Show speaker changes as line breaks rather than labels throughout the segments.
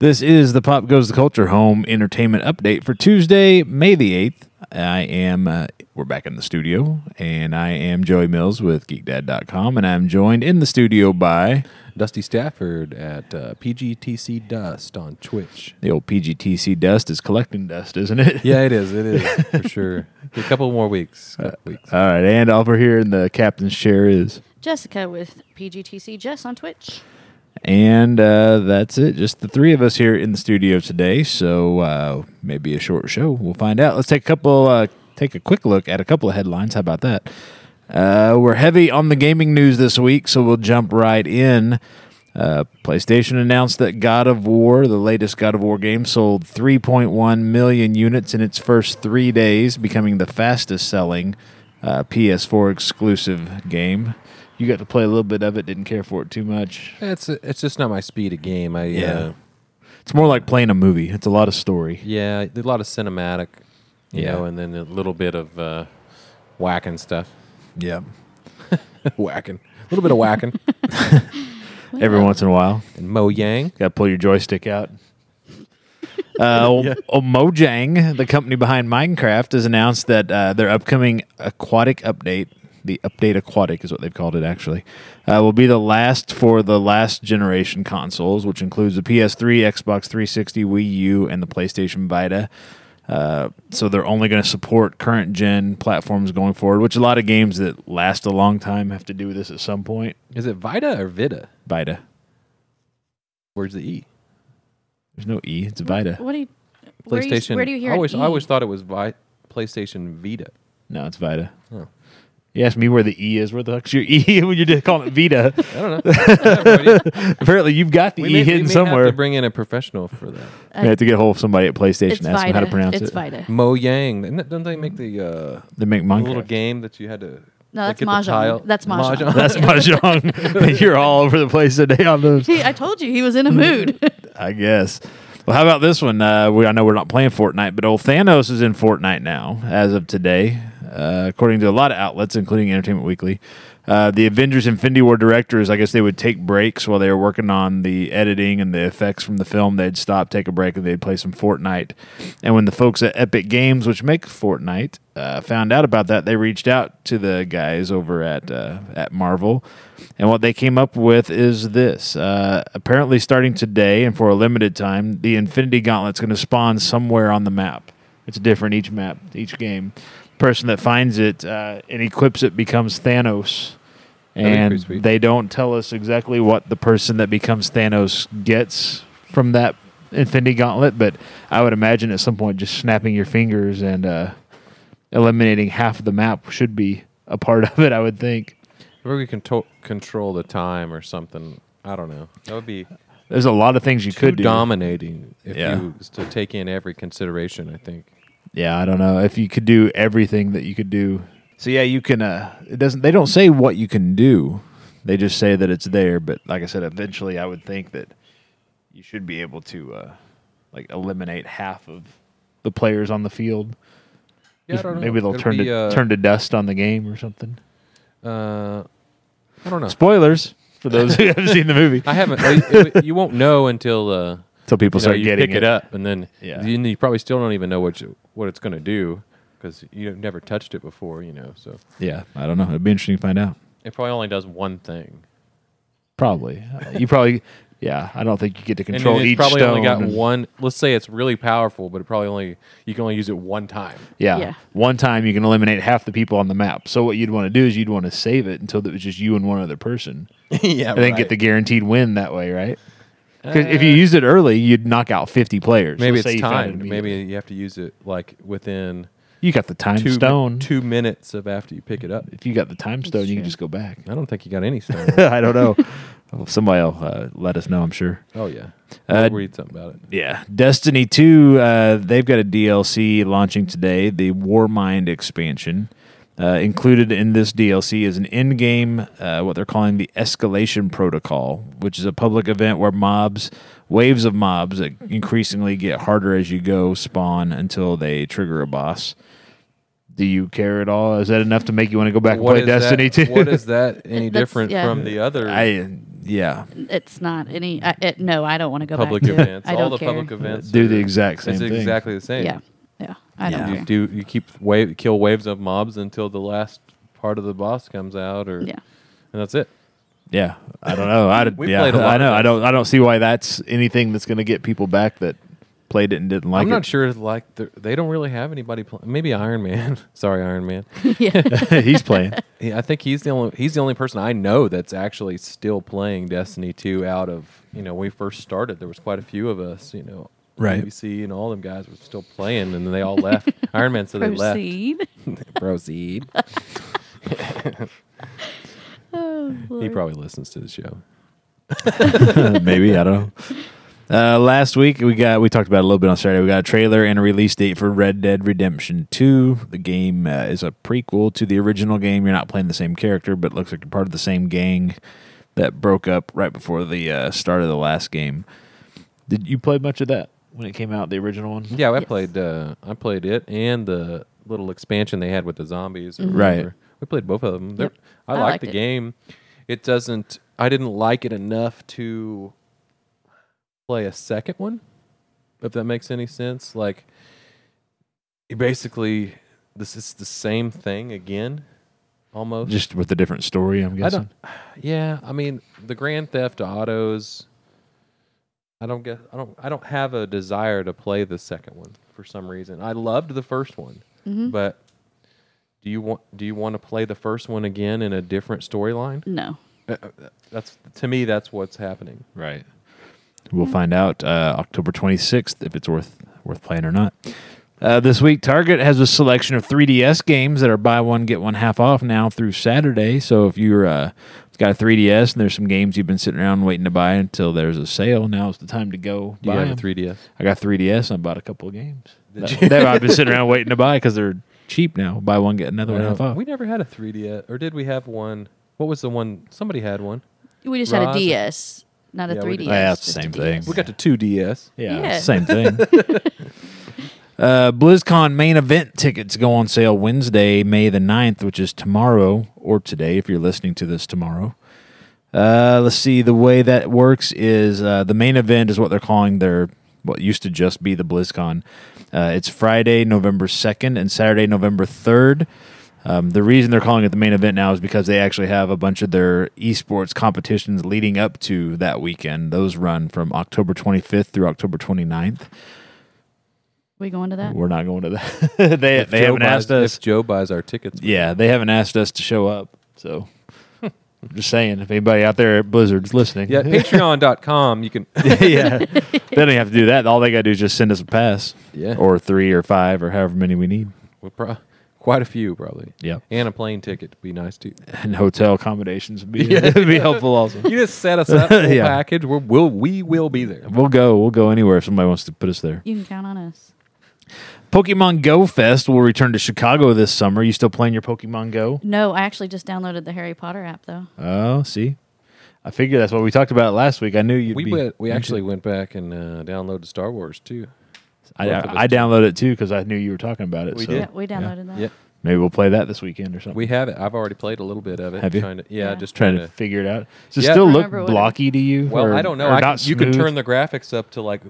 This is the Pop Goes the Culture Home Entertainment Update for Tuesday, May the 8th. I am, uh, we're back in the studio, and I am Joey Mills with GeekDad.com, and I'm joined in the studio by
Dusty Stafford at uh, PGTC Dust on Twitch.
the old PGTC dust is collecting dust, isn't it?
Yeah, it is. It is for sure. A couple more weeks. Couple weeks.
All right, and over here in the captain's chair is.
Jessica with PGTC Jess on Twitch.
And uh, that's it. Just the three of us here in the studio today. So uh, maybe a short show. We'll find out. Let's take a couple. Uh, take a quick look at a couple of headlines. How about that? Uh, we're heavy on the gaming news this week, so we'll jump right in. Uh, PlayStation announced that God of War, the latest God of War game, sold 3.1 million units in its first three days, becoming the fastest selling uh, PS4 exclusive game. You got to play a little bit of it, didn't care for it too much.
It's it's just not my speed of game. I yeah
Yeah.
uh,
It's more like playing a movie. It's a lot of story.
yeah. A lot of cinematic, you
Yeah.
know, and then a little bit of uh, whacking stuff.
Yeah.
whacking. A little bit of whacking.
Every once in a while,
and Mo Yang.
got to pull your joystick out. Uh, O- Mojang, the company behind Minecraft, has announced that uh, their upcoming aquatic update, the update aquatic is what they've called it actually, uh, will be the last for the last generation consoles, which includes the PS3, Xbox 360, Wii U, and the PlayStation Vita. Uh, so they're only going to support current gen platforms going forward, which a lot of games that last a long time have to do this at some point.
Is it Vita or Vita?
Vita.
Where's the E?
There's no E. It's Vita.
What do you? Where, do you, where do you hear?
I always
an
I
E?
always thought it was Vi- PlayStation Vita.
No, it's Vita.
Oh.
You asked me where the E is. Where the heck's your E when you're just calling it Vita?
I don't know. I have no idea.
Apparently, you've got the
we
E
may, we
hidden
may
somewhere.
Have to bring in a professional for that.
we have to get hold of somebody at PlayStation
Uh, it's
and ask them how to
Vita.
pronounce
it's
it.
Vita.
Mo Yang. Didn't- Don't they make the uh,
They make
the
Minecraft.
little game that you had to?
No,
like,
that's
get the
Mahjong.
tile-
That's Mahjong.
That's mahjong. you're all over the place today on those.
He, I told you he was in a mood.
I guess. Well, how about this one? Uh, we I know we're not playing Fortnite, but old Thanos is in Fortnite now as of today, uh, according to a lot of outlets, including Entertainment Weekly. Uh, the Avengers Infinity War directors, I guess they would take breaks while they were working on the editing and the effects from the film. They'd stop, take a break, and they'd play some Fortnite. And when the folks at Epic Games, which make Fortnite, uh, found out about that, they reached out to the guys over at uh, at Marvel, and what they came up with is this. Uh, apparently, starting today and for a limited time, the Infinity Gauntlet's going to spawn somewhere on the map. It's different each map, each game. Person that finds it uh, and equips it becomes Thanos.
That'd be
And
pretty sweet.
they don't tell us exactly what the person that becomes Thanos gets from that Infinity Gauntlet, but I would imagine at some point just snapping your fingers and uh, eliminating half of the map should be a part of it, I would think.
Where we can to- control the time or something. I don't know. That would be
There's a lot of things you
too
could do.
dominating if
Yeah.
you was to take in every consideration. I think.
Yeah, I don't know if you could do everything that you could do. So yeah, you can. Uh, it doesn't. They don't say what you can do. They just say that it's there. But like I said, eventually, I would think that you should be able to uh, like eliminate half of the players on the field.
Yeah, I
Just
don't know.
Maybe they'll
It'll
turn
be,
to
uh,
turn to dust on the game or something.
Uh, I don't know.
Spoilers for those who haven't seen the movie.
I haven't. it- it- you won't know until uh,
Till people
you know,
start
you
getting
pick
it.
it. up, and then
Yeah.
you, you probably still don't even know what you, what it's going to do because you've never touched it before. You know, so
Yeah, I don't know. It'd be interesting to find out.
it probably only does one thing.
Probably. Uh, you probably. Yeah, I don't think you get to
And
control
it's
each
probably
stone.
only got
and-
one. Let's say it's really powerful, but it probably only you can only use it one time.
Yeah.
Yeah.
One time you can eliminate half the people on the map. So what you'd want to do is you'd want to save it until it was just you and one other person.
yeah,
And then get the guaranteed win that way, right? Because if you used it early, you'd knock out 50 players.
maybe
Let's say
it's
you found it
timed. Maybe
immediately.
you have to use it like within
you got the time
two
stone.
two minutes of after you pick it up.
If you got the time stone, you can
true.
just go back.
I don't think you got any stone.
I don't know. Well, Somebody will uh, let us know, I'm sure.
oh yeah,
Uh,
I'll read something about it.
Yeah, Destiny Two. Uh, they've got a DLC launching today. The Warmind expansion. Uh, included in this DLC is an in-game, uh, what they're calling the Escalation Protocol, which is a public event where mobs, waves of mobs that increasingly get harder as you go, spawn until they trigger a boss. Do you care at all? Is that enough to make you want to go back and play
is
Destiny
that,
Two?
What is that any
That's-
different
yeah.
from the other?
I yeah,
It's not any. I, it, no, I don't want to go
public
back. to it.
events,
I
all
don't
the
care.
public events
do the
are-
exact same
It's
thing.
exactly the same.
Yeah, yeah. I
Yeah.
don't
You
care.
do you keep wave kill waves of mobs until the last part of the boss comes out, or
Yeah.
and that's it.
Yeah, I don't know. I
We
yeah,
played a lot
I
of
know. I
those.
don't. I don't see why that's anything that's going to get people back that played it and didn't like
I'm
it.
not sure. Like the, they don't really have anybody. Play, maybe Iron Man. Sorry, Iron Man.
yeah.
He's playing.
Yeah, I think he's the only he's the only person I know that's actually still playing Destiny 2 out of, you know, when we first started there was quite a few of us, you know.
Right.
BBC and all them guys were still playing and then they all left. Iron Man said they
Proceed.
left. Proceed.
Oh,
he
Lord.
probably listens to the show.
Uh, Maybe I don't know. Uh, last week we got we talked about it a little bit on Saturday. We got a trailer and a release date for Red Dead Redemption Two. The game uh, is a prequel to the original game. You're not playing the same character, but it looks like you're part of the same gang that broke up right before the uh, start of the last game. Did you play much of that when it came out? The original one.
Yeah, I
Yes.
played uh, I played it and the little expansion they had with the zombies. or
Right.
whatever. We played both of them. They're-
Mm-hmm. Yep.
I,
I
like
liked
the
it.
game. It doesn't. I didn't like it enough to play a second one. If that makes any sense, like it basically this is the same thing again, almost.
Just with a different story, I'm
I
guessing.
don't. Yeah, I mean the Grand Theft Autos. I don't get. I don't. I don't have a desire to play the second one for some reason. I loved the first one,
Mm-hmm.
but do you want? Do you want to play the first one again in a different storyline?
No.
Uh, uh, That's to me. That's what's happening.
Right. We'll find out uh, October 26th if it's worth worth playing or not. Uh, this week, Target has a selection of 3DS games that are buy one get one half off now through Saturday. So if you're uh, got a 3DS and there's some games you've been sitting around waiting to buy until there's a sale, now's the time to go.
Do you
buy
have a
'em.
3ds?
I got 3DS. And I bought a couple of games that, that I've been sitting around waiting to buy because they're cheap now. Buy one get another one half off.
we never had a 3ds, or did we have one? What was the one? Somebody had one.
We just
Roz-
had a DS, not a
Yeah, we
3DS.
did.
Yeah, it's the
just a
same
DS.
thing.
We got to 2ds.
Yeah,
Yeah.
same thing. uh, BlizzCon main event tickets go on sale Wednesday, May the 9th, which is tomorrow or today if you're listening to this tomorrow. Uh, let's see. The way that works is uh, the main event is what they're calling their what used to just be the BlizzCon. Uh, it's Friday, November second, and Saturday, November third. Um, the reason they're calling it the main event now is because they actually have a bunch of their esports competitions leading up to that weekend. Those run from October 25th through October 29th.
We going to that?
We're not going to that. they
If
they
Joe
haven't
buys-
asked us.
If Joe buys our tickets,
Yeah, they haven't asked us to show up. So I'm just saying, if anybody out there at Blizzard's listening,
yeah, Patreon.com. You can.
yeah. They don't have to do that. All they got to do is just send us a pass.
Yeah.
Or three or five or however many we need.
Well, pro- quite a few, probably.
Yeah.
And a plane ticket would be nice too.
And hotel accommodations would be, be helpful also.
You just set us up full
Yeah.
package. We're, we'll we will be there.
We'll go. We'll go anywhere if somebody wants to put us there.
You can count on us.
Pokemon Go Fest will return to Chicago this summer. You still playing your Pokemon Go?
No, I actually just downloaded the Harry Potter app though.
Oh, see. I figure that's what we talked about last week. I knew you'd
We
be.
went, we actually went back and uh, downloaded Star Wars too.
I,
both of us
I, I downloaded it too because I knew you were talking about it.
We
so
Yeah.
Yeah, we downloaded that.
Yeah,
Maybe we'll play that this weekend or something.
we have it. I've already played a little bit of it.
Have you?
Trying to, yeah,
Yeah.
just
trying
trying
to
to.
figure it out. Does it
Yeah.
still
I
look
remember what it-
blocky to you?
Well,
or-
I don't know.
or
I
not
can, you can
smooth?
turn the graphics up to like.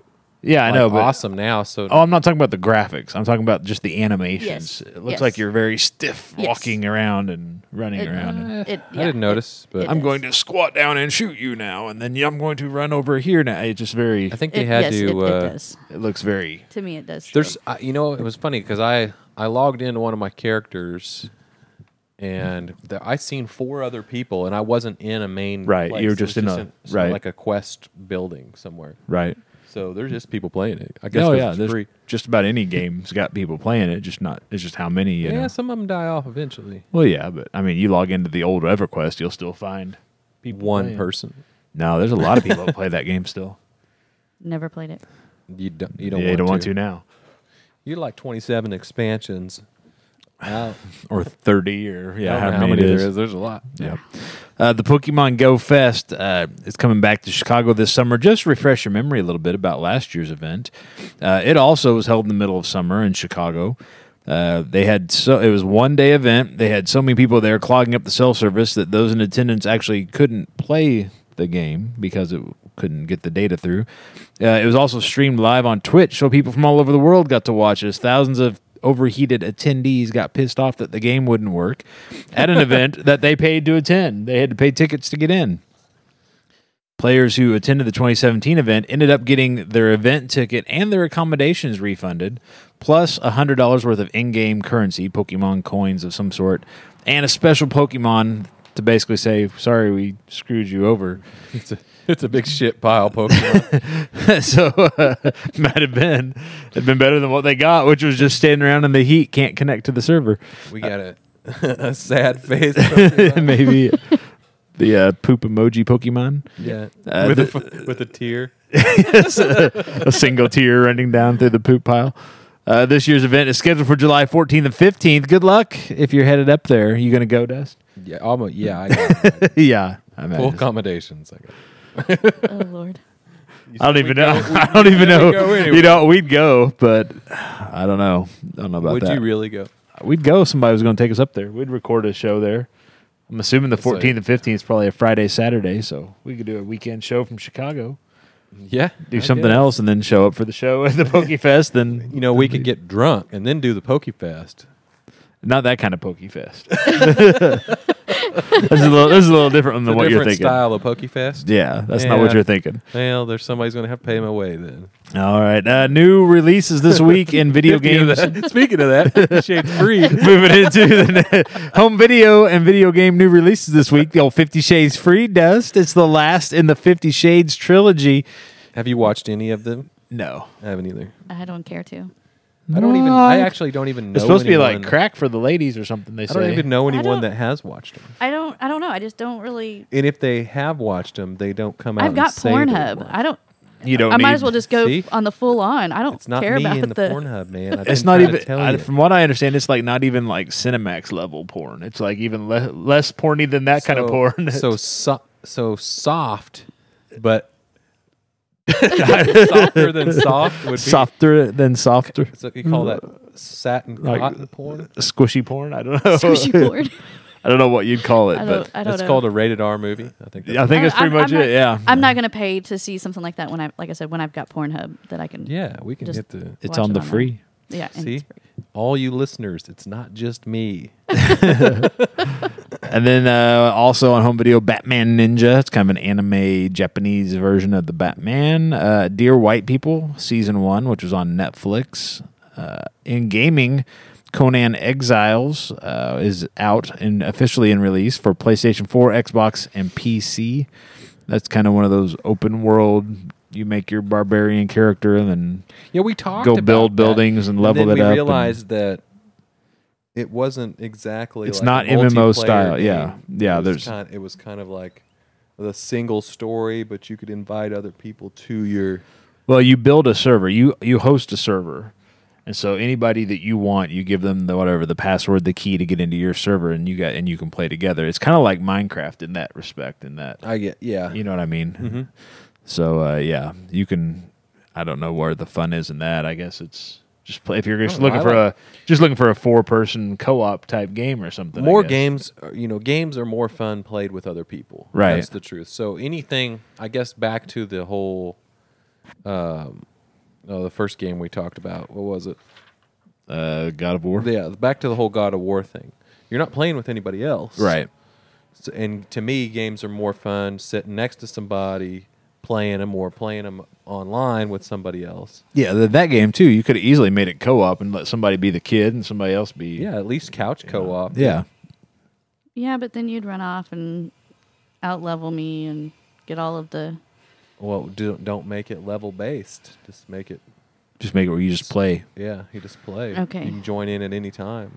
Yeah, I
like
know, but
awesome now. So
Oh, I'm not talking about the graphics. I'm talking about just the animations.
Yes.
It looks
Yes.
like you're very stiff
Yes.
walking around and running
It-
around. and,
Eh,
It-
I
yeah,
didn't
it-
notice, but
it
I'm
is.
going to squat down and shoot you now, and then I'm going to run over here now. It's just very.
I think they
It-
had
yes,
to.
It, it
uh,
does.
it looks very.
To me, it does.
There's, uh, you know, it was funny because I I logged into one of my characters, and the, I seen four other people, and I wasn't in a main
Right,
place.
you were
It
just
was
in a-
some-
right.
like a quest building somewhere.
Right.
So there's just people playing it. I guess
oh
'cause
yeah,
it's
there's
free.
just about any game's got people playing it. Just not. It's just how many. You
Yeah,
know?
some of them die off eventually.
Well, yeah, but I mean, you log into the old EverQuest, you'll still find.
One
playing.
person.
No, there's a lot of people that play that game still.
never played it.
You don't. You don't,
yeah,
want,
you don't
to.
want to now,
You're like 27 expansions. Out.
or thirty, or yeah,
I don't know
how many, it is.
there is. There's a lot.
Yeah. Uh, the Pokemon Go Fest uh, is coming back to Chicago this summer. Just refresh your memory a little bit about last year's event. Uh, it also was held in the middle of summer in Chicago. Uh, they had so it was one day event. They had so many people there clogging up the cell service that those in attendance actually couldn't play the game because it couldn't get the data through. Uh, it was also streamed live on Twitch, so people from all over the world got to watch us. Thousands of overheated attendees got pissed off that the game wouldn't work at an event that they paid to attend. They had to pay tickets to get in. Players who attended the 2017 event ended up getting their event ticket and their accommodations refunded, plus $100 worth of in game currency, Pokemon coins of some sort, and a special Pokemon to basically say, sorry, we screwed you over.
It's a it's a big shit pile Pokemon.
so uh, might have been, it'd been better than what they got, which was just standing around in the heat, can't connect to the server.
we got a, a sad face. Pokemon.
Maybe the uh, poop emoji Pokemon.
yeah,
Uh,
with,
the-
a, f- with a tear.
a single tear running down through the poop pile. Uh, this year's event is scheduled for July 14th and 15th. Good luck if you're headed up there. You going to go, Dust?
Yeah, almost. Yeah, I got it.
yeah. I,
full
imagine.
accommodations. I got. it.
Oh Lord.
I don't
We
even
go-
know.
we-
I don't even
we
know.
go anyway.
You know, we'd go, but I don't know. I don't know about
Would
that.
you really go?
we'd go. if Somebody was going to take us up there. We'd record a show there. I'm assuming the
It's like-
14th and 15th is probably a Friday, Saturday, so we could do a weekend show from Chicago.
Yeah,
Do something else, and then show up for the show at the Pokefest. Then
You know, we could get drunk and then do the Pokefest.
Not that kind of pokey fest. this, is a little, this is a little different
The
than what you're
different
thinking.
style of Pokefest.
Yeah, that's not what
Yeah.
you're thinking.
Well, there's somebody's gonna have to pay my way then.
All right, uh, new releases this week in video games.
Speaking of that, Shades Freed.
Moving into the ne- home video and video game new releases this week. The old Fifty Shades Free Dust. It's the last in the Fifty Shades trilogy.
Have you watched any of them?
No,
I haven't either.
I don't care to.
I don't even. I
What?
actually don't even know.
It's supposed to be like
anyone-
crack for the ladies or something. They
I
say.
don't even know
I
anyone
don't-
that has watched them.
I don't. I don't know. I just don't really.
And if they have watched them, they don't come out.
I've got
and say they've
Pornhub.
watched.
I don't.
You don't.
I might
need-
as well just go
See?
on the full on. I don't
It's not
care
me
about
in the,
the.
Pornhub, man. I've
It's
been
not
trying to
even.
tell
I,
you.
from what I understand, it's like not even like Cinemax level porn. It's like even le- less porny than that kind of
So-
porn.
So so, so soft, but softer than soft would be.
softer than softer,
So you call that satin
Like-
cotton porn?
squishy porn. I don't know.
Squishy board.
I don't know what you'd call it, but
I don't. I don't
It's
know.
called a rated R movie. I think.
I think it's
I'm-
pretty much
I'm not-
it. Yeah,
I'm not gonna pay to see something like that when I, like I said, when I've got Pornhub that I can.
yeah, we can
Just-
hit the.
it's
watch
on
it
the
online.
free.
Yeah. and
See,
it's free.
all you listeners, it's not just me.
And then uh, also on home video, Batman Ninja. It's kind of an anime Japanese version of the Batman. Uh, Dear White People season one, which was on Netflix. Uh, in gaming, Conan Exiles uh, is out and officially in release for PlayStation 4, Xbox, and PC. That's kind of one of those open world. You make your barbarian character and then
Yeah, we talked.
go
about
build
that.
buildings and level
and then
it up.
We
and-
realized that it wasn't exactly.
It's
like
not
a
MMO
multiplayer
style,
game.
yeah. Yeah,
It was
there's-
kind, it was kind of like the single story, but you could invite other people to your.
Well, you build a server. You you host a server, and so anybody that you want, you give them the whatever the password, the key to get into your server, and you got and you can play together. It's kind of like Minecraft in that respect. In that,
I get yeah.
you know what I mean.
Mhm.
So uh, yeah, you can. I don't know where the fun is in that. I guess it's just play if you're just
Oh,
looking
I
for
like-
a just looking for a four person co op type game or something. I
more
guess.
games are- you know games are more fun played with other people
Right.
that's the truth so anything i guess back to the whole um oh, the first game we talked about what was it
Uh, God of War.
yeah back to the whole god of war thing you're not playing with anybody else
Right.
so, and to me games are more fun sitting next to somebody playing them or playing them online with somebody else
Yeah, th- that game too. You could have easily made it co op and let somebody be the kid and somebody else be
yeah at least couch co-op
yeah.
Yeah, but then you'd run off and out level me and get all of the.
well do, don't make it level based just make it
Just make it where you just play,
yeah you just play
Okay.
you can join in at any time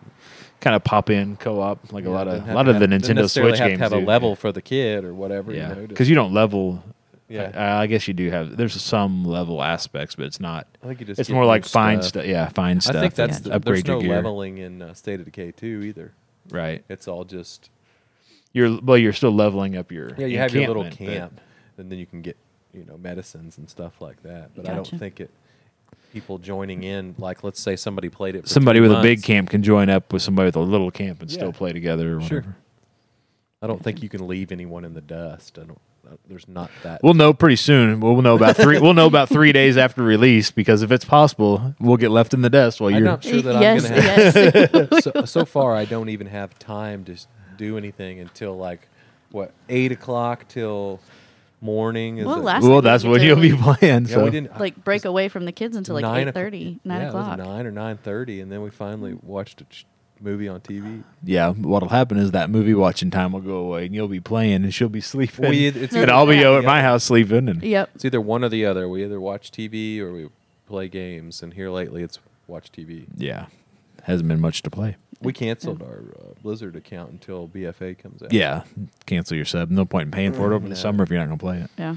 kind of pop in co-op, like a lot of
doesn't
a
have
lot
to
of the
have- doesn't
Nintendo
necessarily
Switch
have
games.
to have
do.
a level for the kid or whatever.
yeah,
you know,
because you don't level.
Yeah.
I, I guess you do have. There's some level aspects, but it's not.
I think you just
It's
get
more
new
like find
stuff.
stuff. Yeah, find stuff.
I think
and
that's the, there's
upgrade
no
your gear.
leveling in uh, State of Decay 2 either.
Right.
It's all just
You're well. You're still leveling up your.
yeah. You have your little
encampment, but-
camp, and then you can get you know medicines and stuff like that. But I
Gotcha.
don't think it people joining in like let's say somebody played it. For
Somebody
three
with a big
months,
camp can join up with somebody with a little camp and still
Yeah.
play together or
Sure.
whatever.
I don't think you can leave anyone in the dust. I don't. uh, there's not that.
We'll know pretty soon. We'll know about three. we'll know about three days after release because if it's possible, we'll get left in the dust while
I'm
you're.
not sure that
yes,
I'm gonna have.
yes.
So, so far, I don't even have time to s- do anything until like what eight o'clock till morning. Is
Well,
it-
last-
Well, that's what you'll be playing.
yeah,
so
we didn't uh,
like break away from the kids until like
Nine
eight
o'clock.
thirty, nine
yeah, it was
o'clock. Mm.
nine or nine thirty, and then we finally watched a ch- movie on TV.
yeah, what'll happen is that movie watching time will go away, and you'll be playing, and she'll be sleeping,
We, it's,
and
either,
I'll be
Yeah.
over at my house sleeping, and
Yep.
it's either one or the other. We either watch TV or we play games, and here lately it's watch TV.
yeah, hasn't been much to play.
We canceled our uh, Blizzard account until BFA comes out.
Yeah, cancel your sub. No point in paying for it over the
No.
summer if you're not gonna play it.
Yeah.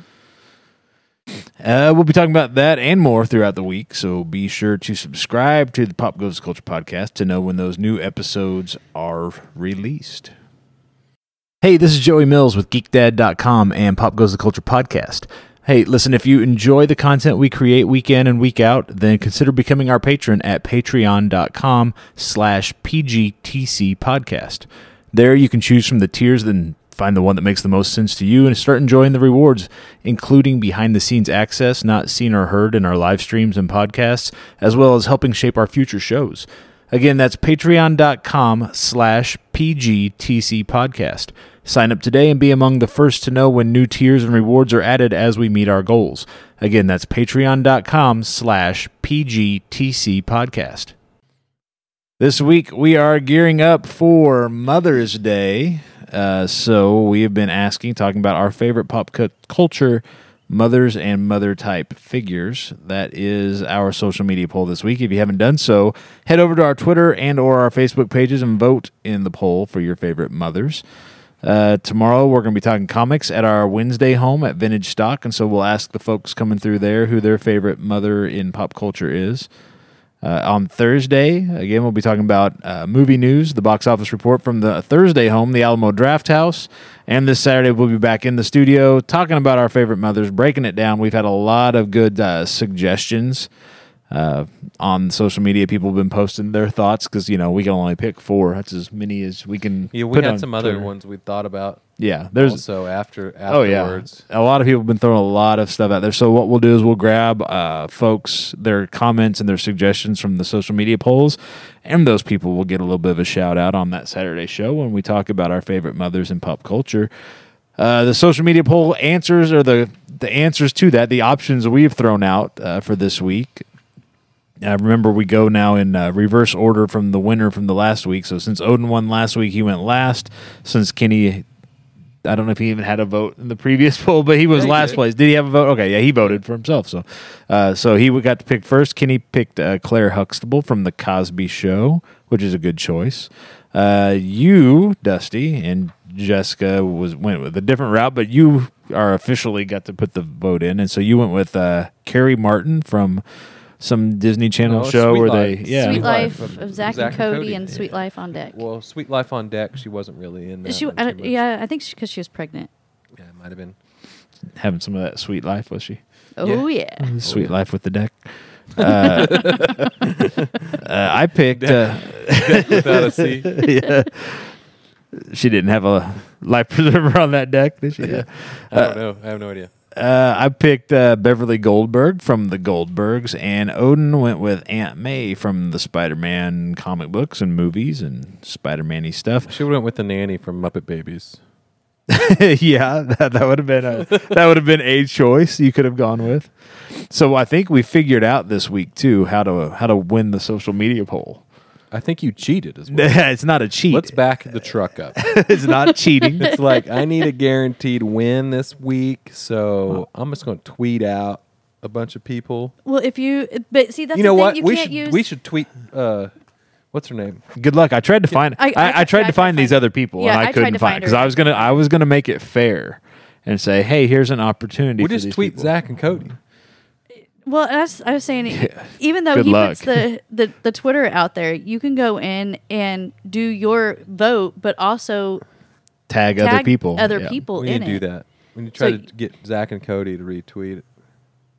Uh, we'll be talking about that and more throughout the week, so be sure to subscribe to the Pop Goes the Culture podcast to know when those new episodes are released. Hey, this is Joey Mills with GeekDad.com and Pop Goes the Culture podcast. Hey, listen, if you enjoy the content we create week in and week out, then consider becoming our patron at patreon.com slash PGTC podcast. There you can choose from the tiers and find the one that makes the most sense to you and start enjoying the rewards, including behind the scenes access not seen or heard in our live streams and podcasts, as well as helping shape our future shows. Again, that's patreon.com slash PGTC podcast. Sign up today and be among the first to know when new tiers and rewards are added as we meet our goals. Again, that's patreon.com slash PGTC podcast. This week we are gearing up for Mother's Day. Uh, so we have been asking, talking about our favorite pop cu- culture mothers and mother type figures. That is our social media poll this week. If you haven't done so, head over to our Twitter and or our Facebook pages and vote in the poll for your favorite mothers. Uh, tomorrow we're going to be talking comics at our Wednesday home at Vintage Stock, and so we'll ask the folks coming through there who their favorite mother in pop culture is. Uh, on Thursday, again, we'll be talking about uh, movie news, the box office report from the Thursday home, the Alamo Draft House. And this Saturday, we'll be back in the studio talking about our favorite mothers, breaking it down. We've had a lot of good uh, suggestions uh, on social media. People have been posting their thoughts because, you know, we can only pick four. That's as many as we can.
Yeah, we
put
had
on
some other
Twitter.
ones we thought about
Yeah, there's
also after
Oh yeah,
afterwards.
a lot of people have been throwing a lot of stuff out there. So what we'll do is we'll grab uh, folks their comments and their suggestions from the social media polls, and those people will get a little bit of a shout out on that Saturday show when we talk about our favorite mothers in pop culture. Uh, the social media poll answers are the the answers to that. The options we've thrown out uh, for this week uh, remember, we go now in uh, reverse order from the winner from the last week. So since Odin won last week, he went last. Since Kenny, I don't know if he even had a vote in the previous poll, but he was
Yeah, he
last
did.
place. Did he have a vote? Okay, yeah, he voted for himself. So, uh, so he got to pick first. Kenny picked uh, Claire Huxtable from the Cosby Show, which is a good choice. Uh, you, Dusty, and Jessica was went with a different route, but you are officially got to put the vote in, and so you went with uh, Carrie Martin from. Some Disney Channel
No,
show
Oh, Sweet
where
Life.
they yeah
Sweet Life
Life
of Zach, and Cody, and Sweet Life on Deck.
Well, Sweet Life on Deck, she wasn't really in that.
she,
one
I,
too much.
yeah, I think because she, was pregnant.
Yeah, it might have been.
having some of that sweet life was she
Oh yeah.
Mm-hmm.
sweet life with the deck uh, uh, I picked uh,
Without a C.
yeah. she didn't have a life preserver on that deck did she yeah.
I don't know. I have no idea.
uh, I picked uh, Beverly Goldberg from the Goldbergs and Odin went with Aunt May from the Spider-Man comic books and movies and Spider-Man-y stuff
She went with the nanny from Muppet Babies.
yeah, that, that would have been a that would have been a choice you could have gone with. So I think we figured out this week too how to how to win the social media poll.
I think you cheated as well.
it's not a cheat.
Let's back the truck up.
it's not cheating.
it's like I need a guaranteed win this week, so I'm just going to tweet out a bunch of people.
Well, if you, but see, that's
you know
the thing.
what?
You
we
can't
should
use.
we should tweet. Uh, what's her name?
Good luck. I tried to find I, I,
I- I-
tried
I
to
tried
find
to
these
find-
other people
Yeah,
and
I
I,
tried
couldn't
to
find
find
because
her.
I was gonna I was gonna make it fair and say, hey, here's an opportunity.
We
for
just
these
tweet
people.
Zach and Cody.
Well, I was, I was saying, even though
Good
he
luck.
puts the, the, the Twitter out there, you can go in and do your vote, but also
Tag,
tag
other people.
other
yeah.
people
We
in
need to do
it.
that. We need to try
So-
to get Zach and Cody to retweet it.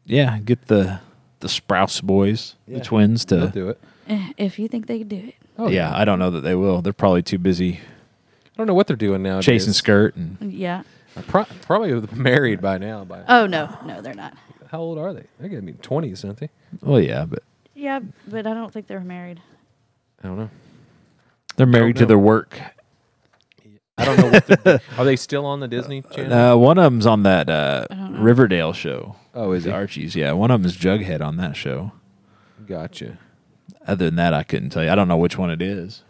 Yeah, get the the Sprouse boys,
Yeah.
the twins
They'll
to
do it.
Eh, If you think they can do it,
Oh
yeah, I don't know that they will. They're probably too busy
I don't know what they're doing now.
chasing skirt and
yeah.
Pro- probably married by now. By
Oh no, no, they're not.
how old are they? They gotta be twenties, aren't they?
Well, yeah, but
Yeah, but I don't think they're married.
I don't know.
they're married to
know.
their work.
I don't know. What the, are they still on the Disney Channel?
Uh, one of them's on that uh,
I don't know.
Riverdale show.
oh, is
The
it?
Archie's, yeah. One of them is Jughead on that show.
Gotcha.
Other than that, I couldn't tell you. I don't know which one it is.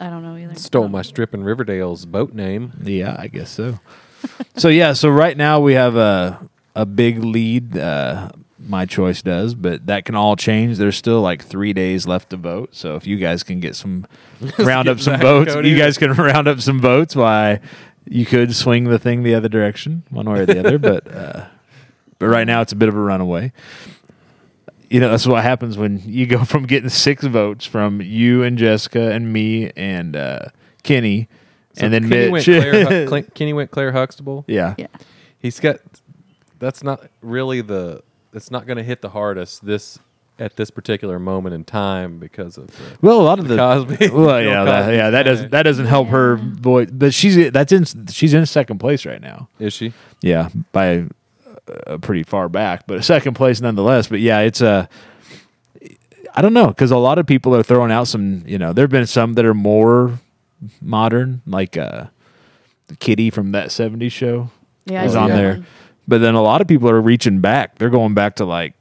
I don't know either.
Stole my strip in Riverdale's boat name.
Yeah, I guess so. so yeah, so right now we have a a big lead. Uh, my choice does, but that can all change. There's still like three days left to vote. So if you guys can get some, round up
get
some
back,
votes.
Cody.
You guys can round up some votes. Why you could swing the thing the other direction, one way or the other. But uh, but right now it's a bit of a runaway. You know that's what happens when you go from getting six votes from you and Jessica and me and uh, Kenny,
So
and then
Kenny
Mitch.
went Claire, Hu- Clin- Kenny went Claire Huxtable.
Yeah.
Yeah.
He's got. That's not really the. That's not going to hit the hardest this at this particular moment in time because of the,
Well, a lot of the,
Cosby.
well, yeah,
Bill
that,
Cosby.
yeah, that doesn't that doesn't help her voice, but she's that's in she's in second place right now.
is she?
Yeah, by uh, pretty far back, but second place nonetheless. But yeah, it's a I don't know because a lot of people are throwing out some. You know, there have been some that are more modern, like uh, Kitty from that '70s show
Yeah, I
is
see
on
that
there.
one.
But then a lot of people are reaching back. They're going back to like,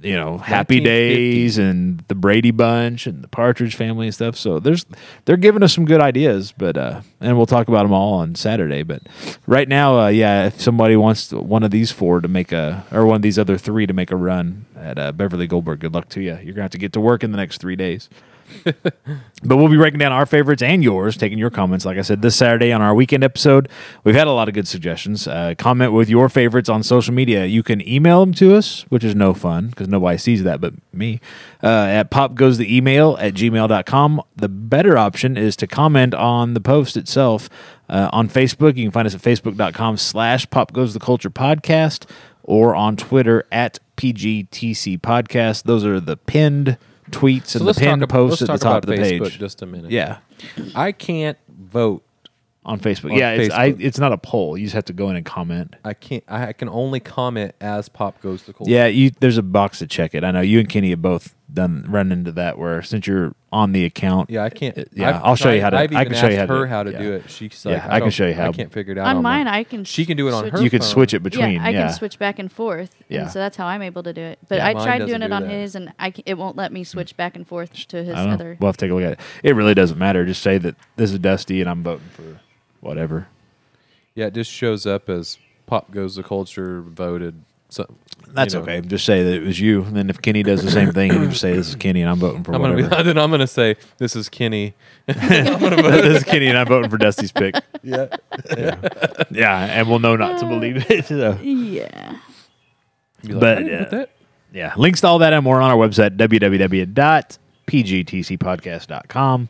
you know, Happy
1950.
Days and the Brady Bunch and the Partridge Family and stuff. So there's they're giving us some good ideas, but uh, and we'll talk about them all on Saturday. But right now, uh, yeah, if somebody wants to, one of these four to make a or one of these other three to make a run at uh, Beverly Goldberg, good luck to you. You're gonna have to get to work in the next three days. But we'll be breaking down our favorites and yours, taking your comments, like I said, this Saturday on our weekend episode. We've had a lot of good suggestions. Uh, comment with your favorites on social media. You can email them to us, which is no fun because nobody sees that but me, uh, at popgoestheemail at gmail.com. The better option is to comment on the post itself uh, on Facebook. You can find us at facebook.com slash popgoestheculture podcast or on Twitter at PGTC podcast. Those are the pinned tweets and the pinned
ab-
posts at the
let's
top of the
about Facebook
page.
Just a minute.
Yeah,
I can't vote.
on Facebook.
On
yeah, It's, I,
Facebook.
it's not a poll. You just have to go in and comment.
I can't. I I can only comment as pop goes to culture.
Yeah, you, there's a box to check it. I know you and Kenny have both done run into that where since you're on the account,
Yeah, I can't.
It- yeah,
I've
I'll show you how to-
I've
I
even
can show you
asked
how to-
her how to
yeah.
do it. She's
Yeah,
like,
I can
don't-
show you
I
how.
can't figure it out.
On
my-
mine, I can.
She can do it on
switch-
her.
you can
phone.
switch it between.
Yeah, I can switch back and forth.
Yeah.
And so that's how I'm able to do it. But
Yeah,
I
mine
tried
doesn't
doing it
do
on
that.
his, and I c- it won't let me switch back and forth to his
I don't
other.
know. We'll have to take a look at it. It really doesn't matter. Just say that this is Dusty and I'm voting for whatever.
Yeah, it just shows up as pop goes the culture voted. So
That's
you know.
okay. Just say that it was you. And then if Kenny does the same thing, you can just say this is Kenny and I'm voting for
I'm gonna
whatever.
be, then I'm gonna say this is Kenny.
this is Kenny and I'm voting for Dusty's pick.
Yeah,
Yeah, and we'll know not to believe it. so.
yeah.
But, uh,
that.
Yeah. Links to all that and more on our website, www.pgtcpodcast.com.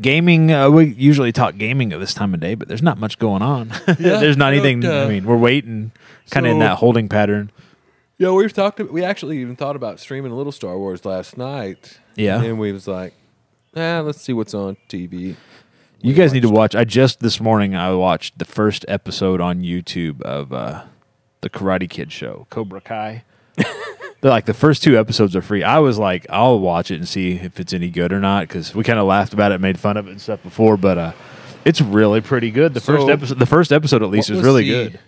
Gaming, uh, we usually talk gaming at this time of day, but there's not much going on. there's not
no,
anything.
duh.
I mean, we're waiting kind of in
So-
that holding pattern.
Yeah, we've talked. We actually even thought about streaming a little Star Wars last night.
Yeah.
and we was like, ah, let's see what's on TV.
You guys need to watch. I just this morning, I watched the first episode on YouTube of uh, the Karate Kid show, Cobra Kai. They're like the first two episodes are free. I was like, I'll watch it and see if it's any good or not because we kind of laughed about it, made fun of it and stuff before. But uh, it's really pretty good. The first
So-
episode, the first episode at least,
What
is
was
really
the-
good.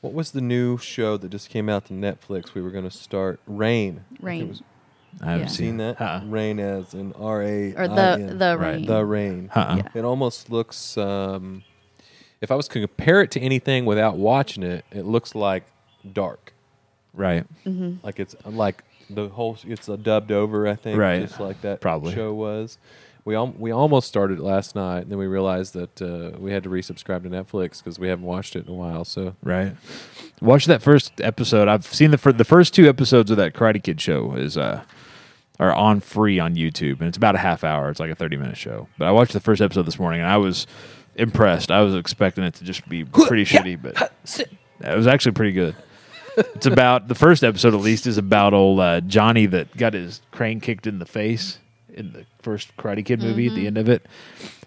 What was the new show that just came out to Netflix? We were going to start Rain. I think it
Rain.
was-
I haven't
yeah.
seen
seen that?
Uh-uh.
Rain as in R A
Or the the
Right.
rain.
the Rain.
Uh-uh.
Yeah.
It almost looks. Um, if I was to compare it to anything without watching it, it looks like Dark.
Right.
Like it's like the whole. It's a dubbed over. I think.
Right.
Just like that
Probably.
show was. We al- we almost started it last night, and then we realized that uh, we had to resubscribe to Netflix because we haven't watched it in a while. So
Right. Watch that first episode. I've seen the fir- the first two episodes of that Karate Kid show is uh are on free on YouTube and it's about a half hour. It's like a 30 minute show. But I watched the first episode this morning and I was impressed. I was expecting it to just be pretty shitty, but it was actually pretty good. It's about the first episode at least is about old uh, Johnny that got his crane kicked in the face in the first Karate Kid movie at the end of it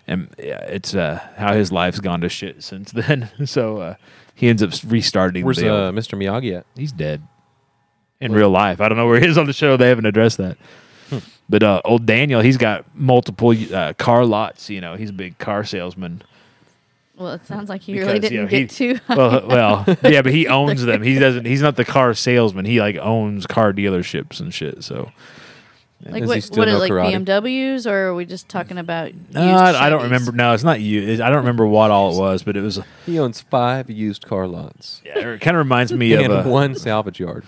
and yeah, it's uh, how his life's gone to shit since then. so uh, he ends up s- restarting.
Where's
the
uh, Mr. Miyagi at?
He's dead in real life. I don't know where he is on the show. They haven't addressed that. But uh, old Daniel, he's got multiple uh, car lots. You know, he's a big car salesman.
Well, it sounds like you really
Because,
didn't
you know,
get
he-
too.
Well, well, yeah, but he owns them. He doesn't. He's not the car salesman. He like owns car dealerships and shit. So
Is
like
he
what?
still
What
no
are like
karate?
BMWs, or are we just talking about?
no,
used
I, I don't
Chevys?
remember. No, it's not you. It- I don't remember what all it was, but it was.
He owns five used car lots
Yeah, it kind of reminds me of.
and
uh,
one salvage yard.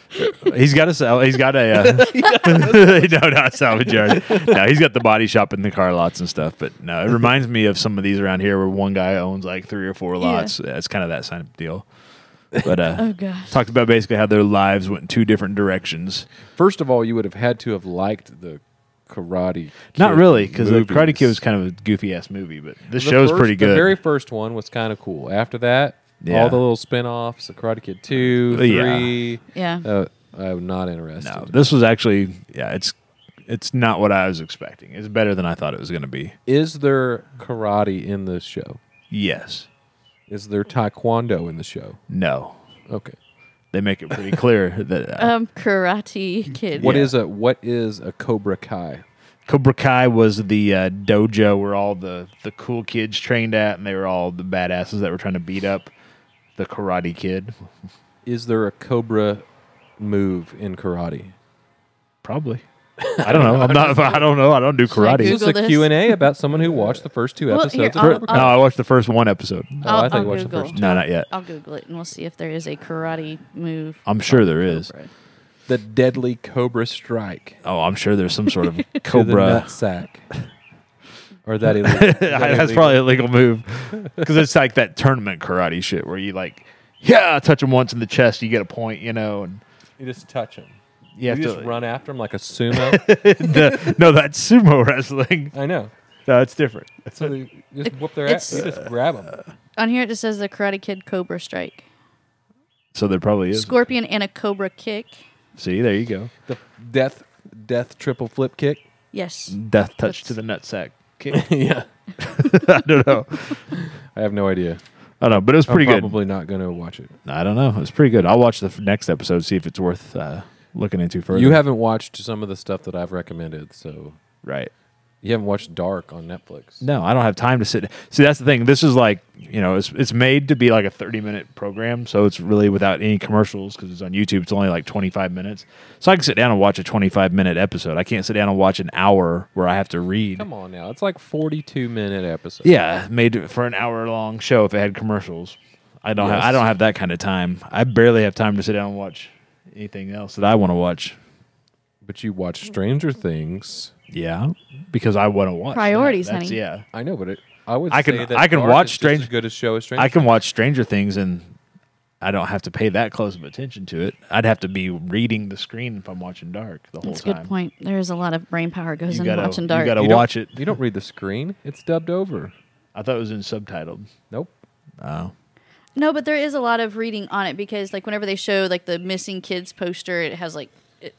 He's got a sal- he's got a uh, no not salvage yard. No, he's got the body shop and the car lots and stuff. But no, it reminds me of some of these around here where one guy owns like three or four lots. Yeah, it's kind of that kind of deal. But uh,
Oh gosh.
talked about basically how their lives went in two different directions.
First of all, you would have had to have liked the Karate.
Not
Kid
really because the Karate Kid
movies.
was kind of a goofy ass movie, but this
The
show's
first-
pretty good.
The very first one was kind of cool. After that,
Yeah.
all the little spin-offs, the Karate Kid 2,
Uh, yeah.
3.
Yeah.
Uh, I'm not interested.
no, this was actually yeah, it's it's not what I was expecting. It's better than I thought it was going to be.
Is there karate in the show?
Yes,
Is there taekwondo in the show?
no,
Okay.
they make it pretty clear that. uh,
um, Karate Kid.
What
Yeah.
is a what is a Cobra Kai?
Cobra Kai was the uh, dojo where all the, the cool kids trained at, and they were all the badasses that were trying to beat up the Karate Kid.
Is there a Cobra move in karate?
Probably. I don't know. I'm not. I don't know. I don't do
Should I
karate.
Google-
It's a
this.
Q and A about someone who watched the first two
Well,
episodes.
here,
of
Fir-
Cobra
I'll-
no, I watched the first one episode.
Oh, I
I'll,
think
I'll
watch the
Google.
first
No, not yet.
I'll Google it and we'll see if there is a karate move.
I'm sure there is.
Cobra.
the deadly Cobra strike
Oh, I'm sure there's some sort of
to the
Cobra.
nutsack. or that illegal.
That's probably a legal move because it's like that tournament karate shit where you like, yeah, touch them once in the chest, you get a point, you know, and
you just touch him.
you have
you
to
just run after him like a sumo.
the- no, that's sumo wrestling.
I know.
No, it's different.
So you just whoop their
It's-
ass. You just grab them.
On here it just says the Karate Kid Cobra Strike,
So there probably is.
Scorpion and a Cobra Kick.
See, there you go.
The death death triple flip kick.
Yes.
Death touch
That's-
to the nutsack.
yeah.
I don't know.
I have no idea.
I don't know, but it was pretty
I'm
good.
probably not going to watch it.
I don't know. It was pretty good. I'll watch the f- next episode, see if it's worth uh, looking into further.
You haven't watched some of the stuff that I've recommended, so
right?
you haven't watched Dark on Netflix.
No, I don't have time to sit. See, that's the thing. This is like you know, it's it's made to be like a thirty minute program, so it's really without any commercials because it's on YouTube. It's only like twenty five minutes, so I can sit down and watch a twenty five minute episode. I can't sit down and watch an hour where I have to read.
Come on now. It's like 42 minute episode.
Yeah, made for an hour long show if it had commercials. I don't have, I
Yes.
don't have that kind of time. I barely have time to sit down and watch anything else that I want to watch.
But you watch Stranger Things.
Yeah, because I want to watch that.
Priorities,
That's-
honey.
Yeah,
I know, but it, I would
I can-
say that
I can
Dark
watch
is just
Strange-
as good a show as Stranger
I can watch Stranger Things and I don't have to pay that close of attention to it. I'd have to be reading the screen if I'm watching Dark the whole
That's a
time.
good point. There is a lot of brain power goes
You
into
gotta,
watching
you
Dark.
gotta
You don't-
watch it.
You don't read the screen. It's dubbed over.
I thought it was in subtitled.
Nope.
Oh,
No, but there is a lot of reading on it because, like, whenever they show like the missing kids poster, it has like it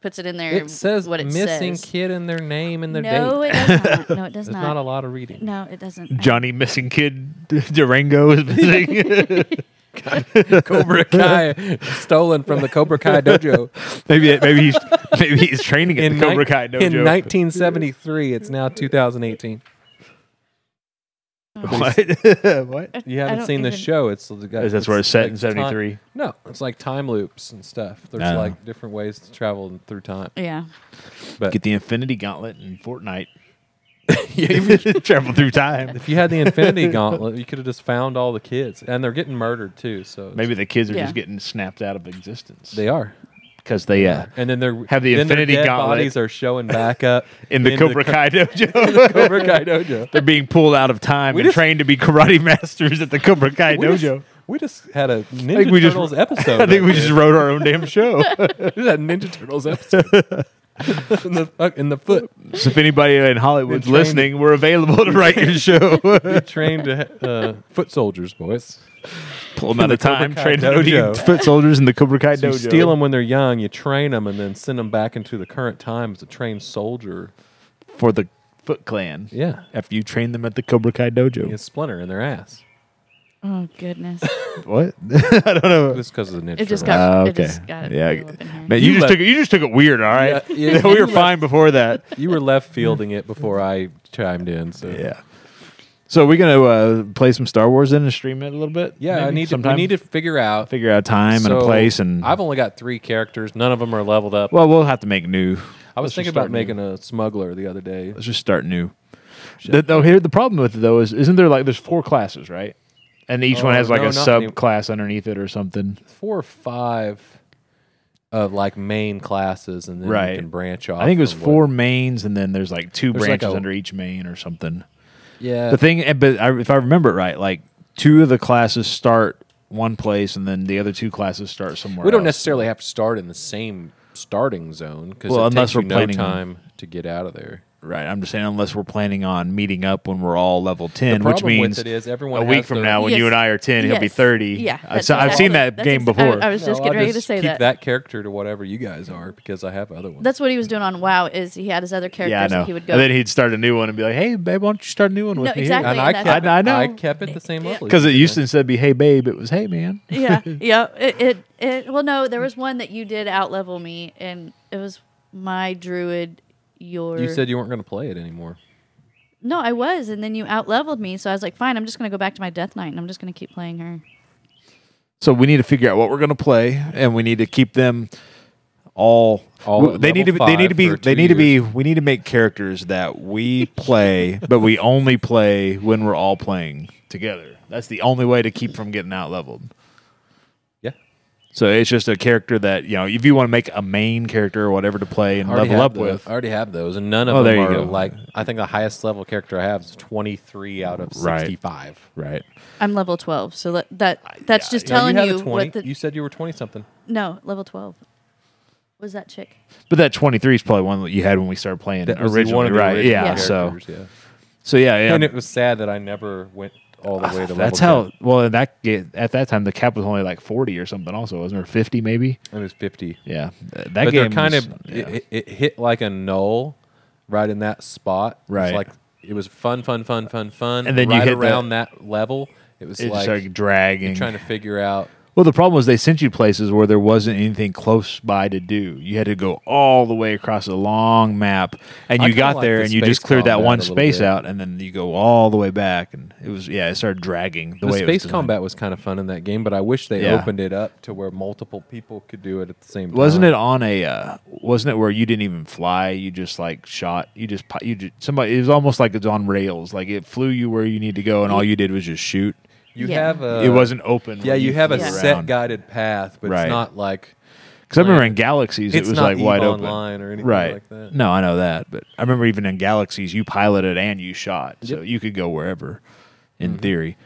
puts it in there.
It says
what it
missing
says.
kid in their name and their
No,
date.
it does not. No, it does
There's
not.
not a lot of reading.
No, it doesn't.
Johnny missing kid Durango is missing.
Cobra Kai stolen from the Cobra Kai dojo
maybe maybe he's maybe he's training at
in,
the Cobra
nine-
Kai dojo.
in 1973. It's now 2018.
What? what?
You
I
haven't
don't
seen the
even-
show. It's the guy.
Is that's where it's set in
like
'73?
time- no, it's like time loops and stuff. There's
I know.
like different ways to travel in- through time.
Yeah,
But
Get the Infinity Gauntlet in Fortnite. Travel through time.
if you had the Infinity Gauntlet, you could have just found all the kids, and they're getting murdered too. So it's-
Maybe the kids are
Yeah.
just getting snapped out of existence
they are.
because they uh,
And then they're
Have the
then their
Infinity
dead
Gauntlet.
bodies are showing back up
in the Cobra
Co-
Kai dojo.
Cobra Kai dojo.
They're being pulled out of time
We
and
just-
trained to be karate masters at the Cobra Kai
We just-
dojo.
we just had a Ninja
think we just-
Turtles episode.
I think
right
we
there.
just wrote our own damn show.
This is that Ninja Turtles episode. in the fuck, in the foot.
so if anybody in Hollywood's
Been trained.
listening, we're available to write your show.
We trained uh, foot soldiers, boys.
Pull them out
the
of time,
Cobra Kai
train them to
dojo.
be foot soldiers in the Cobra Kai
So
dojo.
you steal them when they're young, you train them, and then send them back into the current time as a trained soldier.
for the Foot Clan.
Yeah,
After you train them at the Cobra Kai dojo.
you splinter in their ass.
Oh goodness!
What? I don't know.
This because of the ninja.
It just
Turtles.
got.
Ah,
It just got
yeah.
real up in here.
Man, you,
You
just
let-
took it. You just took it weird. All right.
Yeah, yeah.
we were fine before that.
You were left fielding it before I chimed in. So
Yeah. So we're gonna uh, play some Star Wars in and stream it a little bit.
Yeah, I
maybe
need to, we
sometime?
need to figure out
figure out time and a
So,
place. And
I've only got three characters. None of them are leveled up.
well, we'll have to make new.
I
Let's
was
just
thinking about
start new.
making a smuggler the other day.
Let's just start new. Th- though here, the problem with it though is, isn't there like there's four classes, right? And each one
Oh,
has like
no,
a
not any-
sub class underneath it or something.
Four or five of like main classes, and then
Right.
you can branch off.
I think it was
from
four
what-
mains, and then there's like two
There's like
branches
a-
under each main or something.
Yeah,
the thing eh, but I, if i remember it right like two of the classes start one place and then the other two classes start somewhere
we don't
else.
necessarily have to start in the same starting zone because
Well,
it
unless
takes
we're
you no
planning on-
time to get out of there.
right i'm just saying unless we're planning on meeting up when we're all level 10 which
problem with
means
it is everyone
a week
has
from
the-
now when you
Yes.
and i are 10 he'll be
Yes.
30
Yeah,
I've,
that's
se- I've
exactly-
seen that
that's
game
exa-
before
I, I was just
No,
getting
I'll
ready to
just
say
keep
that.
character to whatever you guys are because I have other ones.
That's what he was doing on WoW. Is he had his other characters
yeah i know
and he would go.
and then he'd start a new one and be like hey babe why don't you start a new one with
No,
me
exactly.
and
and
I
that's-
kept,
I- I know.
I kept it the same level.
because it used to instead be hey babe it was hey man
yeah, yeah. It, it, it. Well, no, there was one that you did outlevel me, and it was my druid. Your
You said you weren't going to play it anymore.
no, I was, and then you outleveled me, so I was like, fine, I'm just gonna go back to my death knight, and I'm just gonna keep playing her.
so we need to figure out what we're going to play and we need to keep them all,
All
w-
at
they need to
level
be they need to
five
be
for
they
two
need to be we need to make characters that we play but we only play when we're all playing together that's the only way to keep from getting out leveled
Yeah.
so it's just a character that you know if you want to make a main character or whatever to play and
already
level
have
up
tho-
with
I already have those, and none of
Oh,
them
there you
are
go.
like. I think the highest level character I have is twenty three out of
Right.
sixty five.
right
I'm level 12, so let, that that's
yeah,
just
yeah.
telling you,
you, had a 20.
what the
you said you were twenty something.
no level 12 was that chick.
but that 23 is probably one that you had when we started playing
was
originally
one of the
right
original
yeah, so
characters, yeah.
so yeah, yeah
and it was sad that I never went all the way to.
Ah, That's
level
how well and that ga- at that time the cap was only like forty or something also wasn't it? or fifty maybe
ten. It was fifty.
yeah Th- that
But they're
game
kind
was-
of
yeah.
it, it hit like a null, right in that spot. It's
Right.
like it was fun, fun, fun, fun, fun.
And then you
right
hit
around that, level, it was
it just
like
started dragging
trying to figure out.
well the problem was they sent you places where there wasn't anything close by to do you had to go all the way across a long map and
I
you
kinda
got
like
there
the
and you
space
just cleared that
combat
one
a little
space
bit.
out and then you go all the way back and it was yeah it started dragging the,
The
way it was
space
designed.
combat was kind of fun in that game, but I wish they
Yeah.
opened it up to where multiple people could do it at the same time.
wasn't it on a uh, wasn't it where you didn't even fly you just like shot you just pi- you just, somebody it was almost like it's on rails like it flew you where you need to go and all you did was just shoot
You
Yeah.
have a.
it wasn't open
Uh, Yeah, you have a
flew
set guided path, but
Right.
it's not like.
because i remember in galaxies it
It's
was
not
like wide
EVE
open
Online or anything
right
like that.
no i know that but i remember even in galaxies you piloted and you shot so
Yep. Mm-hmm.
you could go wherever in theory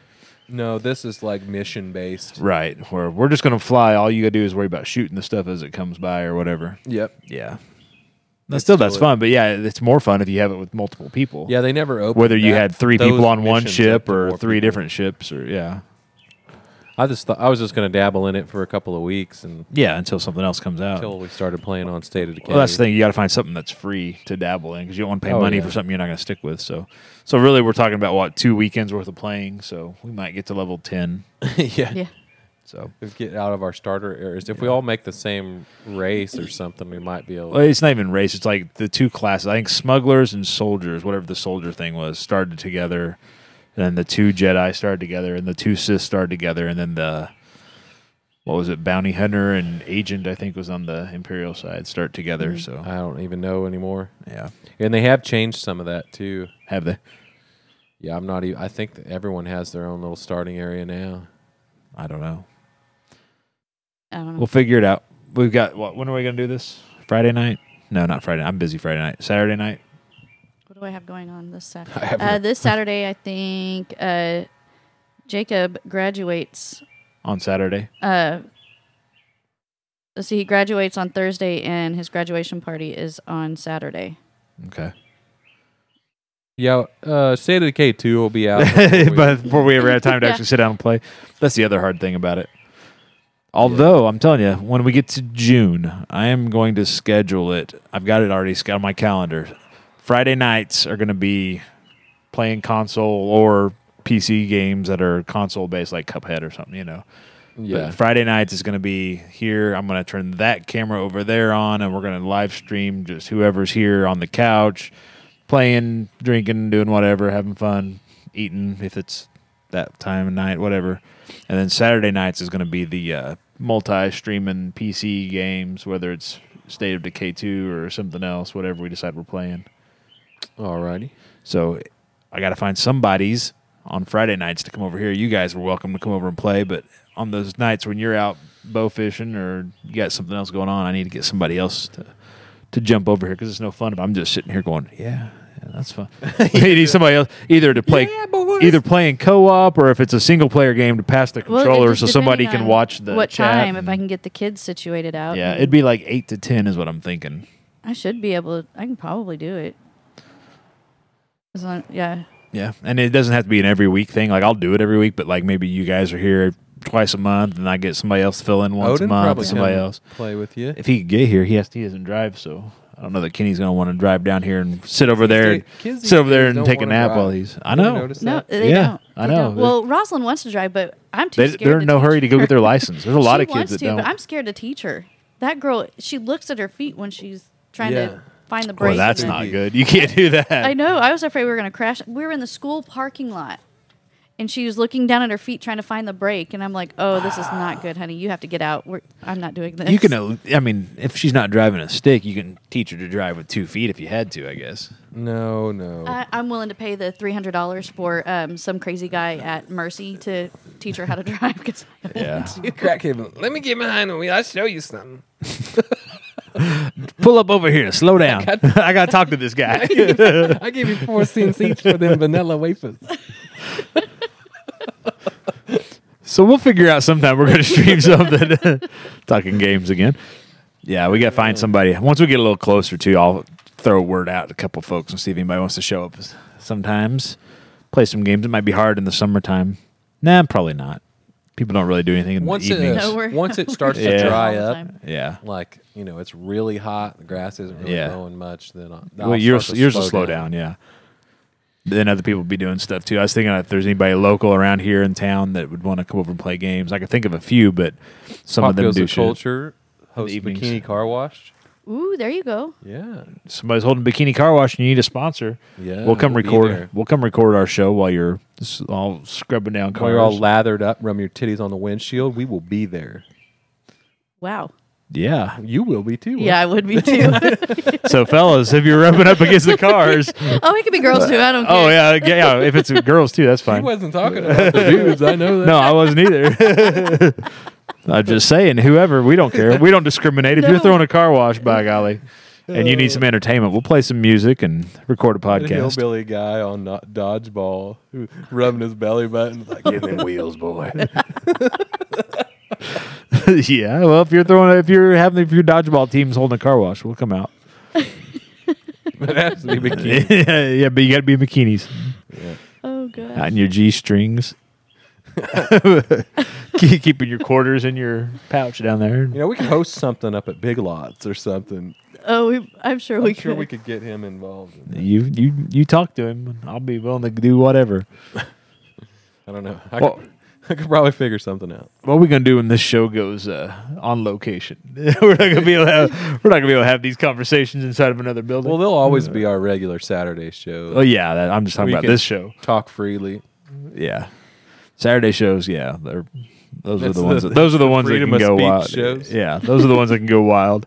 No, this is like mission based.
right where we're just going to fly all you gotta do is worry about shooting the stuff as it comes by or whatever
Yep.
yeah that's still that's
still it.
fun but yeah it's more fun if you have it with multiple people
Yeah, they never opened.
whether you
that-
had three
those
people on one
missions up
ship
to
or
more
three
people.
different ships or yeah
I just thought I was just gonna dabble in it for a couple of weeks and
yeah until something else comes out
until we started playing on State of Decay.
well that's the thing you got to find something that's free to dabble in because you don't want to pay
Oh,
money
yeah.
for something you're not going to stick with so so really we're talking about what two weekends worth of playing so we might get to level 10
yeah.
Yeah,
so
If we get out of our starter areas. If we all make the same race or something, we might be able.
well, it's not even race it's like the two classes i think smugglers and soldiers whatever the soldier thing was started together and then the two jedi started together and the two sith started together and then the what was it bounty hunter and agent i think was on the imperial side start together so
I don't even know anymore.
Yeah.
And they have changed some of that too.
Have they?
Yeah, I'm not even. I think that everyone has their own little starting area now.
I don't know.
I don't know.
We'll figure it out. We've got what when are we gonna do this? Friday night? No, not Friday. I'm busy Friday night. Saturday night?
What do I have going on this Saturday?
I have
uh,
no-
this Saturday, I think uh, Jacob graduates.
On Saturday.
Uh, let's see, he graduates on Thursday, and his graduation party is on Saturday.
Okay.
Yeah, uh, State of Decay two will be out. in a couple weeks.
but uh, before we ever had time to
Yeah.
actually sit down and play. That's the other hard thing about it. Although I'm telling you, when we get to June, I am going to schedule it. I've got it already sc- on my calendar. Friday nights are going to be playing console or PC games that are console based, like Cuphead or something. You know.
Yeah.
But Friday nights is going to be here. I'm going to turn that camera over there on, and we're going to live stream just whoever's here on the couch, playing, drinking, doing whatever, having fun, eating if it's that time of night, whatever. And then Saturday nights is going to be the uh, multi-streaming PC games, whether it's State of Decay 2 or something else, whatever we decide we're playing.
Alrighty.
So I got to find somebody's on Friday nights to come over here. You guys were welcome to come over and play, but on those nights when you're out bow fishing or you got something else going on, I need to get somebody else to to jump over here because it's no fun if I'm just sitting here going, yeah. yeah, That's fun. You need somebody else either to play,
Yeah, boys.
either playing co-op or if it's a single-player game to pass the
Well, it
controller
just
so somebody
depending
can
on
watch the
what
chat
time if
and-
I can get the kids situated out.
Yeah,
and
it'd be like eight to ten is what I'm thinking.
I should be able. to... I can probably do it. As long, yeah.
Yeah, and it doesn't have to be an every week thing. Like I'll do it every week, but like maybe you guys are here twice a month, and I get somebody else to fill in once
Odin
a month,
probably
and somebody
come
else.
play with you.
If he could get here, he has he doesn't drive, so I don't know that Kenny's gonna want to drive down here and sit over there, and
Kids these
sit over there and
days don't
take a
wanna
nap
drive.
while he's. I
You ever
know
notice
No,
that?
they
Yeah,
don't.
I
They
know.
don't. Well, Rosalind wants to drive, but I'm too
they,
scared.
they're
to
in no
teach
hurry to go
her.
get their license. There's a lot
she
of kids
wants
that
to,
don't.
but I'm scared to teach her. That girl, she looks at her feet when she's trying
Yeah.
to find the
Boy,
brakes.
that's
and then-
not good. You can't do that.
I know. I was afraid we were going to crash. We were in the school parking lot, and she was looking down at her feet trying to find the brake. And I'm like, "Oh, this is not good, honey. You have to get out. We're, I'm not doing this."
You can. al- I mean, if she's not driving a stick, you can teach her to drive with two feet if you had to. I guess.
No, no.
I, I'm willing to pay the three hundred dollars for um, some crazy guy at Mercy to teach her how to drive. Because
Yeah.
Crackhead, let me get behind the wheel. I'll show you something.
Pull up over here. Slow down. I gotta talk to this guy.
I give you four cents each for them vanilla wafers.
So we'll figure out sometime we're going to stream something. Talking games again. Yeah, we got to find somebody. Once we get a little closer to, I'll throw a word out to a couple folks and see if anybody wants to show up. Sometimes play some games. It might be hard in the summertime. Nah, probably not. People don't really do anything in
Once
the
it
evenings.
uh, No, we're-
once it starts
Yeah.
to dry
All the
up,
time.
yeah.
like you know, it's really hot. The grass isn't really
Yeah.
growing much. Then I'll, I'll
well, yours,
start to
yours will slow down. Yeah. Then other people will be doing stuff too. I was thinking if there's anybody local around here in town that would want to come over and play games. I could think of a few, but some
Pop
of them
goes
do
to
shit.
culture. Host
evenings.
bikini car wash.
ooh, there you go.
Yeah,
somebody's holding bikini car wash and you need a sponsor,
Yeah,
we'll come
Uh, we'll be
record.
there.
Well come record our show while you're s- all scrubbing down cars.
while you're all lathered up, rub your titties on the windshield. We will be there.
Wow.
yeah.
You will be too.
Yeah, I would be too.
So, fellas, if you're rubbing up against the cars,
oh, it could be girls too. I don't care.
oh yeah, yeah. If it's girls too, that's
He
fine.
wasn't talking about the dudes. I know that.
No, I wasn't either. I'm just saying, whoever we don't care. We don't discriminate. If you're
No.
throwing a car wash, by golly, and you need some entertainment, we'll play some music and record a
Uh. The
podcast.
hillbilly guy on no- dodgeball who rubbing his belly button like give them wheels boy
yeah. Well, if you're throwing, if you're having, if your dodgeball team's holding a car wash, we'll come out.
but it has to be bikini.
yeah, but you got to be in bikinis,
Oh god.
not in your g strings. Keeping your quarters in your pouch down there.
you know we could host something up at big lots or something
Oh, we, I'm sure we
i'm sure
could.
we could get him involved in that.
You you you talk to him. I'll be willing to do whatever.
i don't know I,
Well-
could, I could probably figure something out
What are we gonna do when this show goes uh, on location? we're not gonna be able to have, we're not gonna be able to have these conversations inside of another building.
well they'll always be our regular saturday show
oh yeah, that, I'm just talking
We
about
can-
this show.
talk freely
Yeah, Saturday shows. Yeah, they're those are
That's
the ones.
the-
That, those are the ones that
freedom
can
of
go
speech
wild.
shows.
Yeah, those are the ones that can go wild.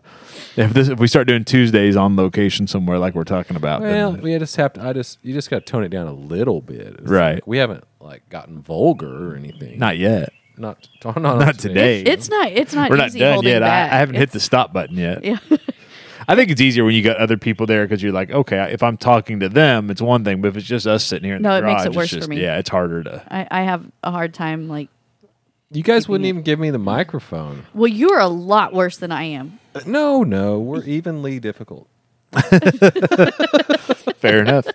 If this if we start doing Tuesdays on location somewhere like we're talking about,
well
then
we just have to i just you just got to tone it down a little bit It's
Right.
like, we haven't like gotten vulgar or anything
not yet.
not not, not,
Not today.
it's not. It's not.
We're not
easy
done
holding
yet. I, I
Back.
haven't hit the
It's-
stop button yet.
Yeah.
I think it's easier when you got other people there because you're like, okay, if I'm talking to them, it's one thing, but if it's just us sitting here, in
No,
the
it makes
garage,
it
it's
worse for
just-
me.
Yeah, it's harder to.
I, I have a hard time. Like,
you guys wouldn't even give me the microphone
well, you're a lot worse than I am.
Uh, No, no, we're evenly difficult.
Fair enough.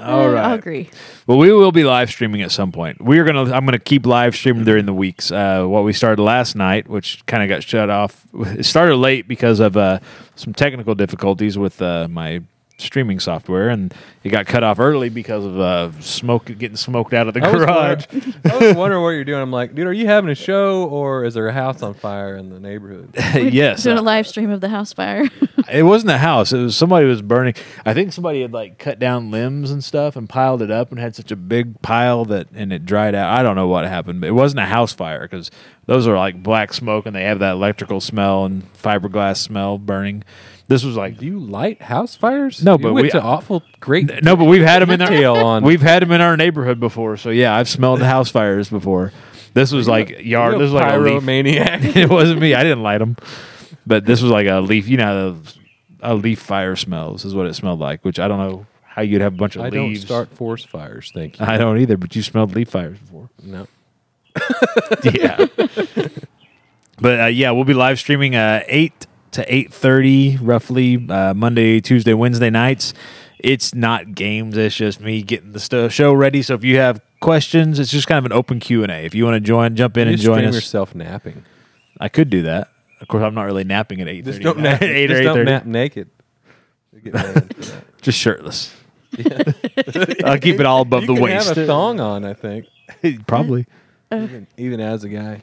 All
I'll
right.
Mm, agree.
Well, we will be live streaming at some point. We are gonna. I'm gonna keep live streaming during the weeks. Uh, what we started last night, which kind of got shut off. It started late because of uh, some technical difficulties with uh, my streaming software, and it got cut off early because of uh, smoke getting smoked out of the
I was,
garage.
wondering, I was wondering what you're doing. I'm like, dude, are you having a show or is there a house on fire in the neighborhood?
yes,
Doing
uh,
a live stream of the house fire.
it wasn't a house. It was somebody was burning. I think somebody had like cut down limbs and stuff and piled it up and had such a big pile that and it dried out. I don't know what happened, but it wasn't a house fire because those are like black smoke and they have that electrical smell and fiberglass smell burning. This was like
Do you light house fires?
No,
You
but
went
we-
to awful great.
no, but we've had them in
Detail
our
on-
we've had them in our neighborhood before. So yeah, I've smelled house fires before. This was like yard.
you
This was like a leaf
pyromaniac.
it wasn't me. I didn't light them. But this was like a leaf. You know, how the- a leaf fire smells is what it smelled like. Which I don't know how you'd have a bunch of
I don't
leaves.
start forest fires. Thank you.
I don't either. But you smelled leaf fires before.
no.
yeah. but uh, yeah, we'll be live streaming uh, eight to eight thirty roughly uh, Monday, Tuesday, Wednesday nights. It's not games. It's just me getting the sto- show ready. So if you have questions, it's just kind of an open Q and A. If you want to join, jump in
You
and join
stream
us.
yourself napping.
I could do that. Of course, I'm not really napping at eight
Just
thirty.
don't nap.
eight or
just
eight
don't
thirty.
nap naked. You get mad for that.
Just shirtless. I'll keep it all above
You
the
can
waist.
have a thong on, I think,
Probably.
even, even as a guy.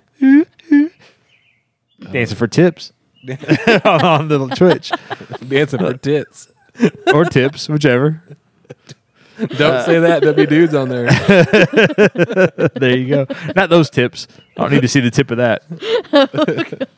Dancing for tips on the Twitch
Dancing for tits.
or tips, whichever.
Don't say that. There'll be dudes on there.
There you go. Not those tips. I don't need to see the tip of that.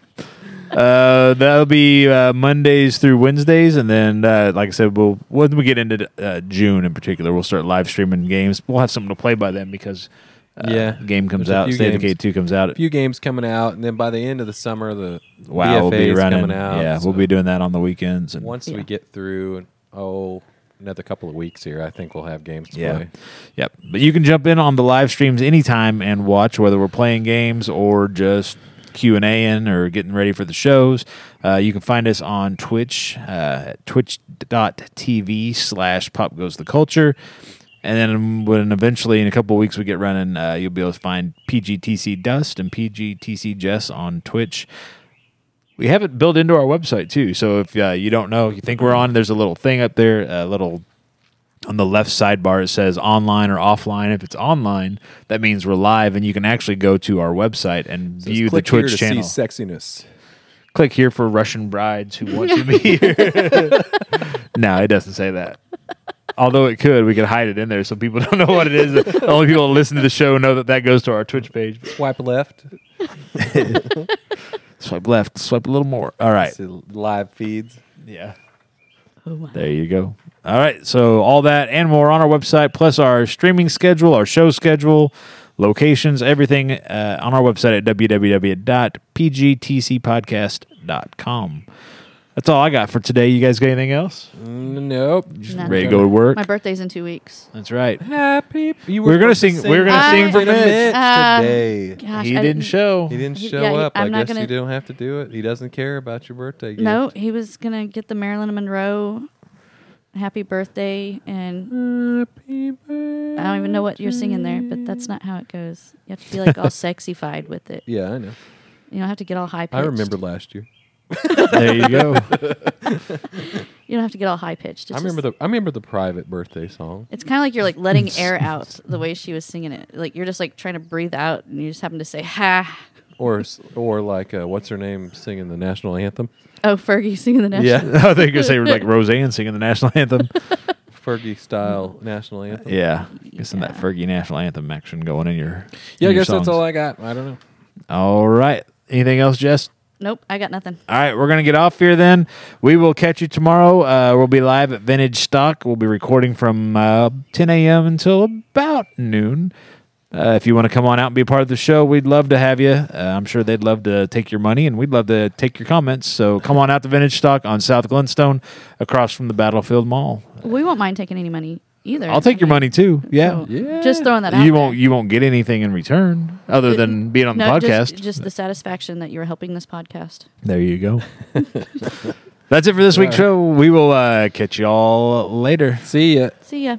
Uh, that'll be uh, Mondays through Wednesdays, and then, uh, like I said, we'll when we get into uh, June in particular, we'll start live streaming games. We'll have something to play by then because uh,
Yeah.
the game comes
There's a
out.
few
State of
games.
Decay two comes out.
A few games coming out, and then by the end of the summer, the
wow, we'll
BFA
be
is
running.
coming out.
yeah,
so
we'll be doing that on the weekends. And
Once we
Yeah.
get through, oh, another couple of weeks here, I think we'll have games to
Yeah.
play.
Yep. But you can jump in on the live streams anytime and watch whether we're playing games or just Q and A in or getting ready for the shows. Uh, you can find us on Twitch, uh, at twitch.tv slash pop goes the culture. And then when eventually in a couple of weeks we get running, uh, you'll be able to find PGTC Dust and PGTC Jess on Twitch. We have it built into our website too. So if uh, you don't know, you think we're on, there's a little thing up there, a little on the left sidebar it says online or offline if it's online that means we're live and you can actually go to our website and
So
view the
click here
twitch
to
channel
See sexiness.
click here for russian brides who want to be here no it doesn't say that although it could we could hide it in there so people don't know what it is the only people that listen to the show know that that goes to our twitch page
Swipe left.
swipe left swipe a little more all right
See live feeds.
yeah
oh my.
There you go. All right. So all that and more on our website, plus our streaming schedule, our show schedule, locations, everything uh, on our website at www.pgtcpodcast.com. That's all I got for today. You guys got anything else?
Mm, Nope.
No.
Ready to go to work?
My birthday's in two weeks.
That's right.
Happy. You
We're gonna
supposed
sing-
to
we're gonna
sing
Wait
for
a
Mitch.
minute
Um,
today.
Gosh,
he
I
didn't show.
He didn't
he-
show
yeah, he-
up. i
I'm not
guess
gonna-
you don't have to do it. He doesn't care about your birthday. gift.
No, he was gonna get the Marilyn Monroe happy birthday, and
Happy birthday.
I don't even know what you're singing there, but that's not how it goes. You have to be like all sexified with it.
Yeah, I know.
You don't have to get all high pitched.
I remember last year.
There you go.
You don't have to get all high pitched.
I remember the I remember the private birthday song.
It's kind of like you're like letting air out the way she was singing it. Like you're just like trying to breathe out, and you just happen to say ha.
Or s- or like uh, what's her name singing the national anthem?
Oh, Fergie singing the national.
Yeah.
I think you say like Roseanne singing the national anthem.
Fergie style national anthem.
Yeah. Get some of that
Yeah.
Fergie national anthem action going in your. in
Yeah, I
your
guess that's
songs.
all I got. I don't know.
All right. Anything else, Jess?
Nope, I got nothing.
All right, we're going to get off here then. We will catch you tomorrow. Uh, we'll be live at Vintage Stock. We'll be recording from uh, 10 a.m. until about noon. Uh, if you want to come on out and be a part of the show, we'd love to have you. Uh, I'm sure they'd love to take your money and we'd love to take your comments. So come on out to Vintage Stock on South Glenstone across from the Battlefield Mall.
We won't mind taking any money either.
I'll take your money too. Yeah.
So,
Yeah.
Just throwing that out.
You
there.
won't you won't get anything in return other than being on the
no,
podcast.
just, just the satisfaction that you're helping this podcast.
There you go. That's it for this week's show. We will uh, catch y'all later.
See ya.
See ya.